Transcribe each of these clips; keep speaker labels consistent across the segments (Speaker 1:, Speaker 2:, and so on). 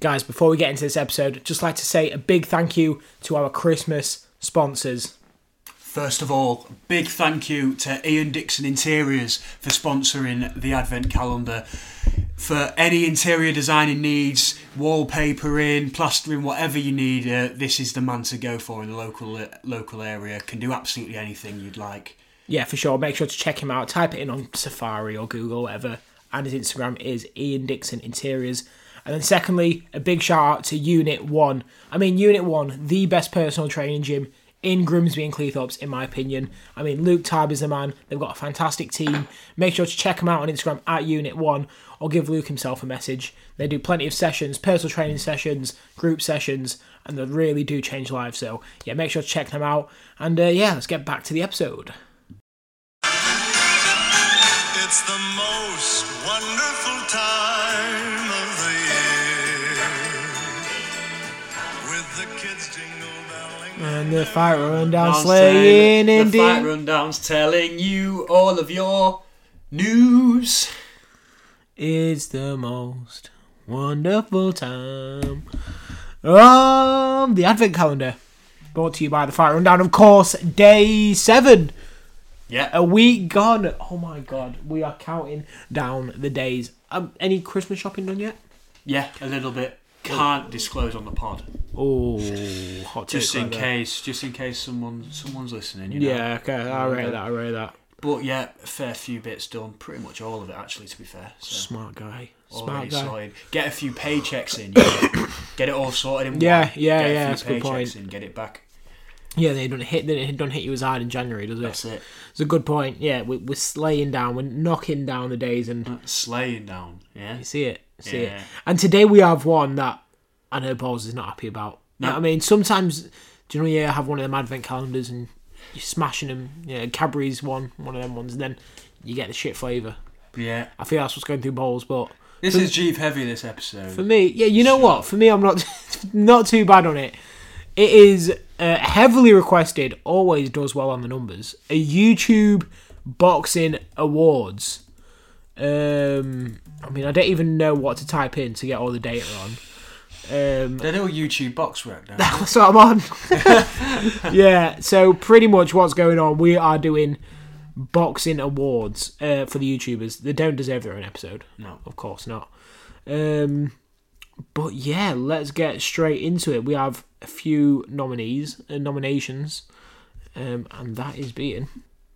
Speaker 1: Guys, before we get into this episode, just like to say a big thank you to our Christmas sponsors.
Speaker 2: First of all, big thank you to Ian Dixon Interiors for sponsoring the Advent calendar. For any interior designing needs, wallpapering, plastering, whatever you need, uh, this is the man to go for in the local uh, local area. Can do absolutely anything you'd like.
Speaker 1: Yeah, for sure. Make sure to check him out. Type it in on Safari or Google, whatever. And his Instagram is Ian Dixon Interiors. And then, secondly, a big shout out to Unit 1. I mean, Unit 1, the best personal training gym in Grimsby and Cleethorpes, in my opinion. I mean, Luke Tab is the man. They've got a fantastic team. Make sure to check them out on Instagram at Unit 1 or give Luke himself a message. They do plenty of sessions, personal training sessions, group sessions, and they really do change lives. So, yeah, make sure to check them out. And uh, yeah, let's get back to the episode.
Speaker 3: It's the most wonderful time of the year. With the kids jingle belling.
Speaker 1: And the fire run down
Speaker 2: Downstairs,
Speaker 1: slaying
Speaker 2: the fight
Speaker 1: indeed.
Speaker 2: rundown's telling you all of your news.
Speaker 1: It's the most wonderful time of the Advent calendar. Brought to you by the Fire Rundown, of course, day seven.
Speaker 2: Yeah,
Speaker 1: A week gone. Oh my god, we are counting down the days. Um, any Christmas shopping done yet?
Speaker 2: yeah, a little bit. Can't disclose on the pod,
Speaker 1: Oh, hot take
Speaker 2: just
Speaker 1: right
Speaker 2: in
Speaker 1: there.
Speaker 2: case, just in case someone someone's listening. You know?
Speaker 1: Yeah, okay, I rate that, I rate that.
Speaker 2: But yeah, a fair few bits done. Pretty much all of it, actually, to be fair. So,
Speaker 1: Smart guy. Smart
Speaker 2: already
Speaker 1: guy.
Speaker 2: sorted. Get a few paychecks in. you know. get it all sorted in one.
Speaker 1: Yeah, yeah,
Speaker 2: get
Speaker 1: yeah,
Speaker 2: A
Speaker 1: that's a
Speaker 2: few
Speaker 1: good point.
Speaker 2: paychecks in. Get it back.
Speaker 1: Yeah, they don't hit. They don't hit you as hard in January, does it?
Speaker 2: That's it.
Speaker 1: It's a good point. Yeah, we, we're slaying down. We're knocking down the days, and
Speaker 2: Slaying down. Yeah.
Speaker 1: you see it, see
Speaker 2: Yeah.
Speaker 1: it. And today we have one that I know Balls is not happy about. You know
Speaker 2: No.
Speaker 1: what I mean, sometimes do you know you have one of them advent calendars and you're smashing them. Yeah, Cadbury's one, one of them ones, and then you get the shit flavour.
Speaker 2: Yeah.
Speaker 1: I feel that's what's going through Balls, but
Speaker 2: This is Jeep heavy. This episode.
Speaker 1: for me, yeah, you know what? For me, I'm not not too bad on it. It is uh, heavily requested. Always does well on the numbers. A YouTube boxing awards. Um, I mean, I don't even know what to type in to get all the data on. Um,
Speaker 2: They're little YouTube box work now.
Speaker 1: that's what I'm on. yeah. So pretty much what's going on? We are doing boxing awards uh, for the YouTubers. They don't deserve their own episode.
Speaker 2: No.
Speaker 1: Of course not. Um, but yeah, let's get straight into it. We have a few nominees, uh, nominations, um, and that is being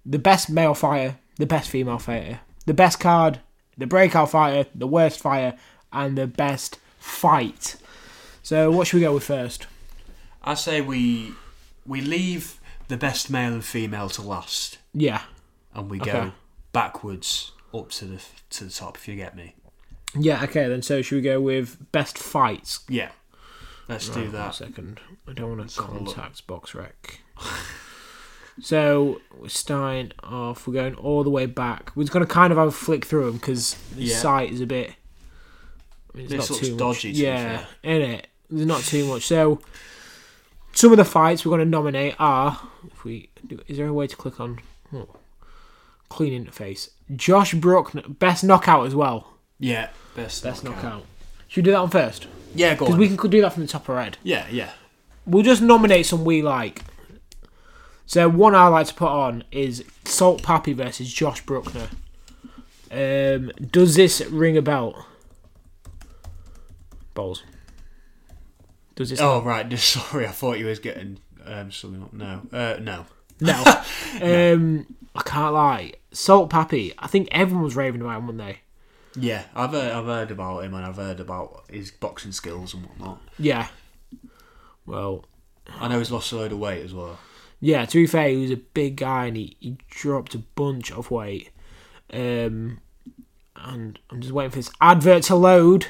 Speaker 1: the best male fighter, the best female fighter, the best card, the breakout fighter, the worst fighter, and the best fight. So what should we go with first?
Speaker 2: I say we we leave the best male and female to last,
Speaker 1: Yeah,
Speaker 2: and we
Speaker 1: Okay.
Speaker 2: go backwards up to the to the top. If you get me.
Speaker 1: yeah. Okay, then. So should we go with best fights?
Speaker 2: Yeah. Let's do
Speaker 1: One
Speaker 2: that.
Speaker 1: second. I don't want to
Speaker 2: have a look.
Speaker 1: contact box rec. so we're starting off. We're going all the way back. We're just going to kind of have a flick through them because the
Speaker 2: Yeah.
Speaker 1: site is a bit. I mean, it's not
Speaker 2: This looks
Speaker 1: too
Speaker 2: dodgy,
Speaker 1: Much.
Speaker 2: to be
Speaker 1: yeah, in it. There's not too much. So some of the fights we're going to nominate are. If we do, is there a way to click on? Oh, clean interface. Josh Brook, best knockout as well.
Speaker 2: Yeah. Best.
Speaker 1: Best knockout. Should we do that one first?
Speaker 2: Yeah. Go
Speaker 1: Because
Speaker 2: on.
Speaker 1: we can do that from the top of our head.
Speaker 2: Yeah. Yeah.
Speaker 1: We'll just nominate some we like. So one I like to put on is Salt Pappy versus Josh Bruckner. Um, does this ring a bell? Bowls. Does this?
Speaker 2: Oh right, just sorry. I thought you was getting um, something up. No, uh, no.
Speaker 1: No. um, I can't lie. Salt Pappy. I think everyone was raving about him, weren't they?
Speaker 2: Yeah, I've heard, I've heard about him and I've heard about his boxing skills and whatnot.
Speaker 1: Yeah. Well,
Speaker 2: I know he's lost a load of weight as well.
Speaker 1: Yeah, to be fair, he was a big guy and he, he dropped a bunch of weight. Um, and I'm just waiting for this advert to load,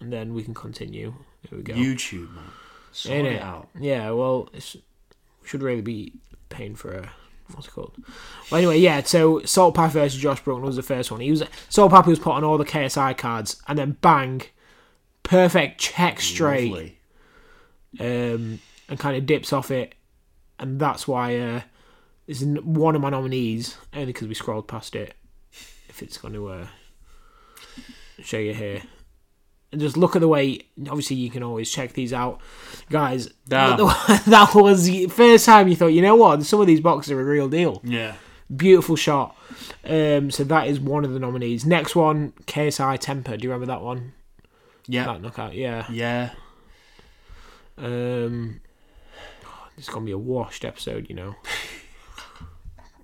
Speaker 1: and then we can continue. There we go.
Speaker 2: YouTube man, sort
Speaker 1: In
Speaker 2: it
Speaker 1: it.
Speaker 2: out.
Speaker 1: Yeah, well, it's, we should really be paying for a what's it called? Well, anyway, yeah. So Salt Path versus Josh Brookman was the first one. He was Salt Path was put on all the KSI cards, and then bang, perfect check straight
Speaker 2: Lovely.
Speaker 1: um, and kind of dips off it, and that's why uh, this is n- one of my nominees only because we scrolled past it. If it's going to uh, show you here, and just look at the way. Obviously, you can always check these out, guys.
Speaker 2: Damn.
Speaker 1: That was the first time you thought, you know what? Some of these boxes are a real deal.
Speaker 2: Yeah.
Speaker 1: Beautiful shot. Um, so that is one of the nominees. Next one, KSI Temper. Do you remember that one?
Speaker 2: Yeah.
Speaker 1: That knockout. Yeah.
Speaker 2: Yeah.
Speaker 1: Um, it's gonna be a washed episode, you know.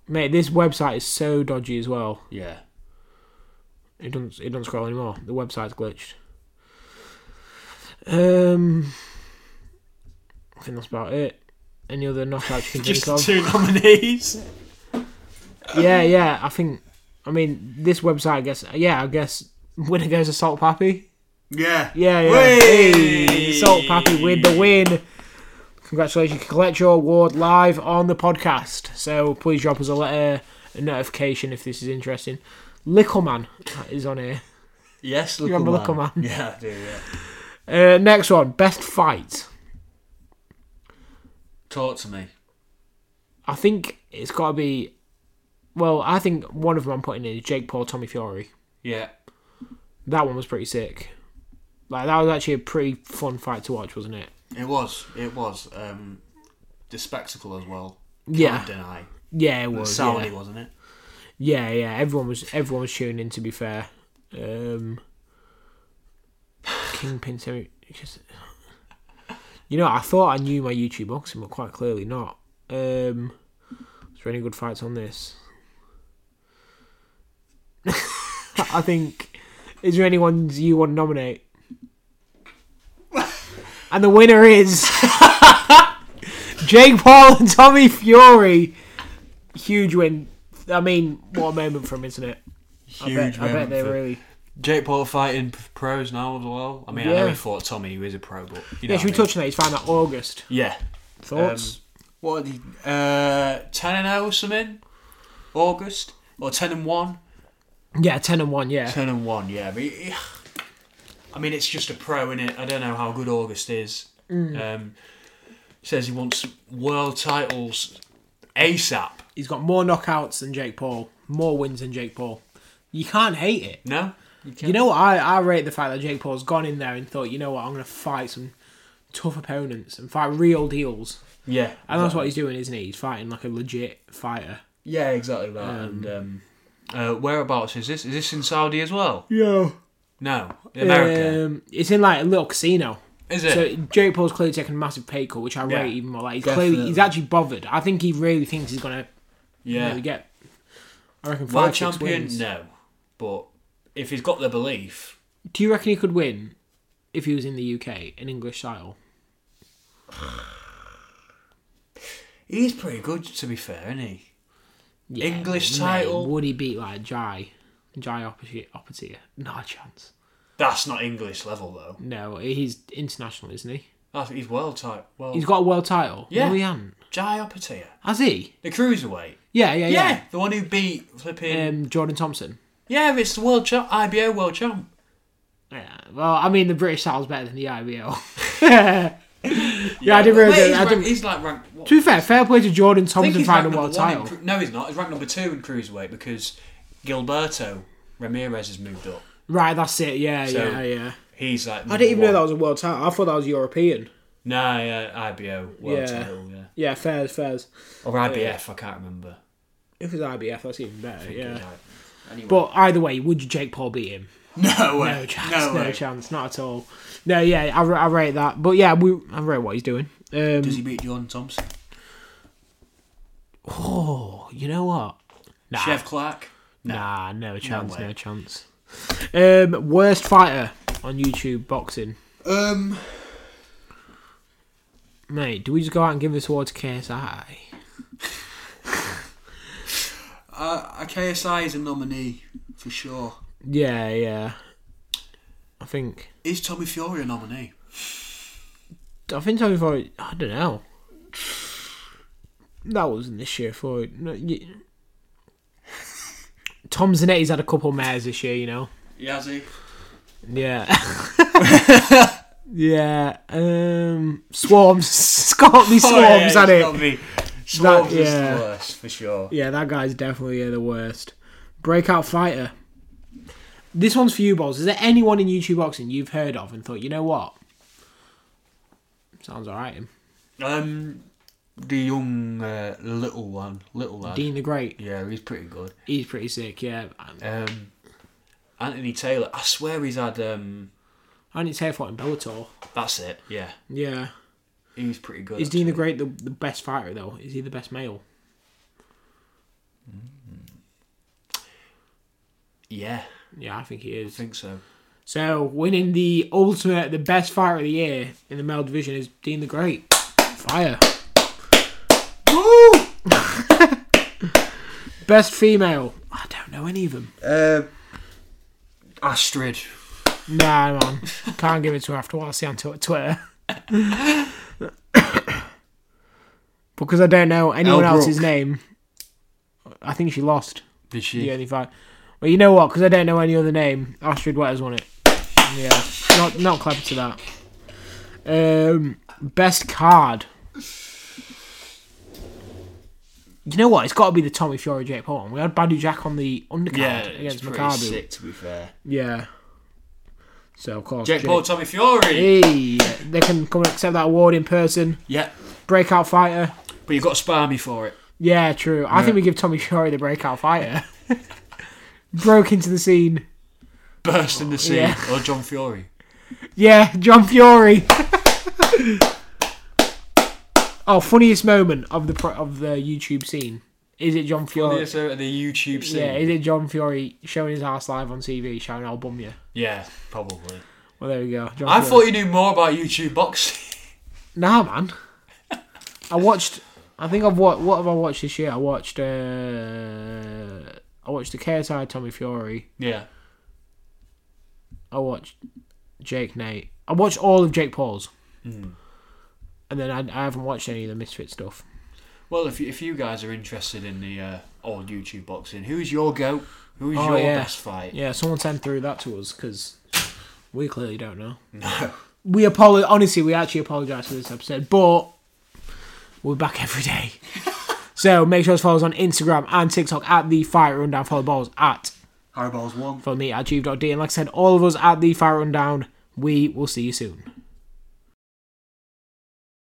Speaker 1: Mate, this website is so dodgy as well.
Speaker 2: Yeah.
Speaker 1: It doesn't. It doesn't scroll anymore. The website's glitched. Um, I think that's about it. Any other knockouts you can
Speaker 2: Just
Speaker 1: think of?
Speaker 2: two nominees.
Speaker 1: Yeah, yeah. I think. I mean, this website. I guess. Yeah, I guess. Winner goes to Salt Pappy.
Speaker 2: Yeah.
Speaker 1: Yeah, yeah.
Speaker 2: Whey!
Speaker 1: Hey, Salt Pappy with the win. Congratulations. You can collect your award live on the podcast. So please drop us a letter, a notification if this is interesting. Lickleman is on here.
Speaker 2: Yes, look
Speaker 1: remember
Speaker 2: man.
Speaker 1: Little Man?
Speaker 2: Yeah, I do, yeah.
Speaker 1: Uh, next one, best fight.
Speaker 2: Talk to me.
Speaker 1: I think it's got to be. Well, I think one of them I'm putting in is Jake Paul, Tommy Fury.
Speaker 2: Yeah.
Speaker 1: That one was pretty sick. Like that was actually a pretty fun fight to watch, wasn't it?
Speaker 2: It was. It was. Um, the spectacle as well.
Speaker 1: Yeah,
Speaker 2: Can't deny.
Speaker 1: yeah, it was.
Speaker 2: Saudi,
Speaker 1: Yeah.
Speaker 2: wasn't it?
Speaker 1: yeah, yeah. Everyone was everyone was tuning in. To be fair, um, Kingpin. Terry- Just, you know, I thought I knew my YouTube boxing, but quite clearly not. Um, is there any good fights on this? I think. Is there anyone you want to nominate? And the winner is Jake Paul and Tommy Fury. Huge win. I mean, what a moment for him, isn't it?
Speaker 2: Huge
Speaker 1: I bet, I bet
Speaker 2: moment
Speaker 1: they
Speaker 2: for-
Speaker 1: really.
Speaker 2: Jake Paul fighting p- pros now as well. I mean, I know
Speaker 1: Yeah.
Speaker 2: he fought Tommy, who is a pro, but you know
Speaker 1: Yeah, should we
Speaker 2: what I mean?
Speaker 1: touch on that? He's found that August.
Speaker 2: Yeah.
Speaker 1: Thoughts?
Speaker 2: What? Are the, uh, ten and zero something. August or ten and one.
Speaker 1: Um, yeah, ten and one. Yeah,
Speaker 2: Ten and one. Yeah. But he- I mean, it's just a pro in it. I don't know how good August is. Um, says he wants world titles ASAP.
Speaker 1: he's got more knockouts than Jake Paul, more wins than Jake Paul. You can't hate it.
Speaker 2: No.
Speaker 1: You know what? I, I rate the fact that Jake Paul's gone in there and thought, you know what, I'm going to fight some tough opponents and fight real deals.
Speaker 2: Yeah.
Speaker 1: And that's what he's doing, isn't he? He's fighting like a legit fighter.
Speaker 2: Yeah, exactly that. and um, uh, whereabouts is this? Is this in Saudi as well?
Speaker 1: Yeah.
Speaker 2: No, America.
Speaker 1: Um, it's in like a little casino.
Speaker 2: is it?
Speaker 1: So Jake Paul's clearly taking a massive pay cut, which I
Speaker 2: Yeah.
Speaker 1: rate even more. Like he's clearly
Speaker 2: Definitely.
Speaker 1: he's actually bothered. I think he really thinks he's gonna
Speaker 2: yeah.
Speaker 1: really get. I reckon five
Speaker 2: World
Speaker 1: six
Speaker 2: champion?
Speaker 1: wins.
Speaker 2: No. But if he's got the belief,
Speaker 1: Do you reckon he could win if he was in the UK, an English title?
Speaker 2: he's pretty good. To be fair, isn't he?
Speaker 1: Yeah,
Speaker 2: English
Speaker 1: but, mate,
Speaker 2: title?
Speaker 1: Would he beat like Jai? Jai Opati- Opati? No chance.
Speaker 2: That's not English level though.
Speaker 1: No, he's international, isn't he?
Speaker 2: That's, he's world type. Well,
Speaker 1: He's got a world title.
Speaker 2: Yeah.
Speaker 1: No, he hasn't.
Speaker 2: Jai Apatia,
Speaker 1: Has he?
Speaker 2: the cruiserweight.
Speaker 1: Yeah, yeah,
Speaker 2: Yeah.
Speaker 1: yeah.
Speaker 2: the one who beat flipping.
Speaker 1: Um, Jordan Thompson.
Speaker 2: yeah, it's the world champ, IBO world champ.
Speaker 1: Yeah. Well, I mean, the British title's better than the IBO. yeah, I didn't
Speaker 2: Mate,
Speaker 1: realize.
Speaker 2: he's,
Speaker 1: I
Speaker 2: ranked,
Speaker 1: didn't.
Speaker 2: he's like ranked. What,
Speaker 1: To be fair, fair play to Jordan
Speaker 2: I think
Speaker 1: Thompson
Speaker 2: he's
Speaker 1: finding
Speaker 2: ranked
Speaker 1: a world
Speaker 2: number one in
Speaker 1: title.
Speaker 2: cru- no, he's not. He's ranked number two in cruiserweight because Gilberto Ramirez has moved up.
Speaker 1: Right, that's it. Yeah,
Speaker 2: So-
Speaker 1: yeah, yeah.
Speaker 2: He's like.
Speaker 1: I didn't even know that was a world title. I thought that was European.
Speaker 2: Nah, yeah, IBO world
Speaker 1: Yeah.
Speaker 2: title, yeah,
Speaker 1: Yeah, fairs, fairs.
Speaker 2: or IBF. I can't remember.
Speaker 1: If it's IBF, that's even better. Yeah.
Speaker 2: Anyway.
Speaker 1: But either way, would you Jake Paul beat him?
Speaker 2: no way.
Speaker 1: No chance. No,
Speaker 2: way.
Speaker 1: chance. Not at all. No, yeah, I, ra- I rate that. But yeah, we I rate what he's doing. Um,
Speaker 2: Does he beat John Thompson?
Speaker 1: oh, you know what? Nah,
Speaker 2: Chef Clark?
Speaker 1: nah, no chance,
Speaker 2: way.
Speaker 1: no, chance. Um, worst fighter on YouTube boxing,
Speaker 2: Um.
Speaker 1: mate. Do we just go out and give this award to KSI?
Speaker 2: Uh, KSI is a nominee for sure.
Speaker 1: Yeah, yeah. I think.
Speaker 2: Is Tommy Fury a nominee?
Speaker 1: I think Tommy Fury. I don't know. That wasn't this year for no, y Tom Zanetti's had a couple mares this year, you know.
Speaker 2: Yes, he.
Speaker 1: Yeah. yeah. Um, swarms. Scottly
Speaker 2: Oh,
Speaker 1: swarms had it.
Speaker 2: Swarms
Speaker 1: That-
Speaker 2: is
Speaker 1: yeah.
Speaker 2: the worst for sure.
Speaker 1: Yeah, that guy's definitely uh, the worst. Breakout fighter. This one's for you, Balls. Is there anyone in YouTube boxing you've heard of and thought, you know what? Sounds alright.
Speaker 2: Um, the young uh, little one, little lad.
Speaker 1: Dean the Great.
Speaker 2: Yeah, he's pretty good.
Speaker 1: He's pretty sick, yeah.
Speaker 2: Um, Anthony Taylor. I swear he's had. Um,
Speaker 1: I need to say fought in Bellator.
Speaker 2: that's it. Yeah,
Speaker 1: Yeah.
Speaker 2: he's pretty good.
Speaker 1: Is Dean the
Speaker 2: actually.
Speaker 1: Great the, the best fighter though? Is he the best male?
Speaker 2: Yeah,
Speaker 1: Yeah, I think he
Speaker 2: I
Speaker 1: is.
Speaker 2: think so.
Speaker 1: So winning the ultimate, the best fighter of the year in the male division is Dean the Great. Fire. Woo! best female. I don't know any of them.
Speaker 2: Uh, Astrid.
Speaker 1: Nah, man, can't give it to her after what I see on Tw- Twitter. because I don't know anyone
Speaker 2: Elle
Speaker 1: else's
Speaker 2: Brooke.
Speaker 1: name. I think she lost.
Speaker 2: Did she?
Speaker 1: the only fight. Well, you know what? Because I don't know any other name. Astrid Wetters won it. Yeah, not not clever to that. Um, best card. You know what? It's got to be the Tommy Fury Jake Paul. one. We had Badu Jack on the undercard
Speaker 2: Yeah, it's
Speaker 1: against
Speaker 2: pretty
Speaker 1: Maccabi.
Speaker 2: sick to be fair.
Speaker 1: Yeah. So of course,
Speaker 2: Jake
Speaker 1: Jake-
Speaker 2: Paul, Tommy Fury.
Speaker 1: Hey, they can come and accept that award in person.
Speaker 2: Yeah,
Speaker 1: Breakout fighter.
Speaker 2: but you've got to spar me for it.
Speaker 1: Yeah, true. I think we give Tommy Fury the breakout fighter. Broke into the scene.
Speaker 2: Burst in the sea
Speaker 1: Yeah.
Speaker 2: or John Fury.
Speaker 1: Yeah, John Fury. oh, funniest moment of the pro- of the YouTube scene. Is it John Fury?
Speaker 2: So at the YouTube scene.
Speaker 1: Yeah, is it John Fury showing his ass live on TV, shouting "I'll bum you"?
Speaker 2: Yeah, probably.
Speaker 1: Well, there we go. John
Speaker 2: I
Speaker 1: Fury.
Speaker 2: thought you knew more about YouTube boxing.
Speaker 1: Nah, man. I watched. I think I've watched. What have I watched this year? I watched. uh I watched the KSI Tommy Fury.
Speaker 2: yeah.
Speaker 1: I watched Jake Nate. I watched all of Jake Paul's.
Speaker 2: Hmm.
Speaker 1: And then I, I haven't watched any of the Misfit stuff.
Speaker 2: Well, if you, if you guys are interested in the uh, old YouTube boxing, who's your goat? Who's
Speaker 1: Oh,
Speaker 2: your
Speaker 1: yeah.
Speaker 2: best fight?
Speaker 1: Yeah, someone sent through that to us because we clearly don't know. No. We apologize. Honestly, we actually apologize for this episode, but we're back every day. so make sure to follow us on Instagram and TikTok at the Fire Rundown. Follow Balls at
Speaker 2: Harry Balls one.
Speaker 1: follow me at G.D. And like I said, all of us at the Fire Rundown. We will see you soon.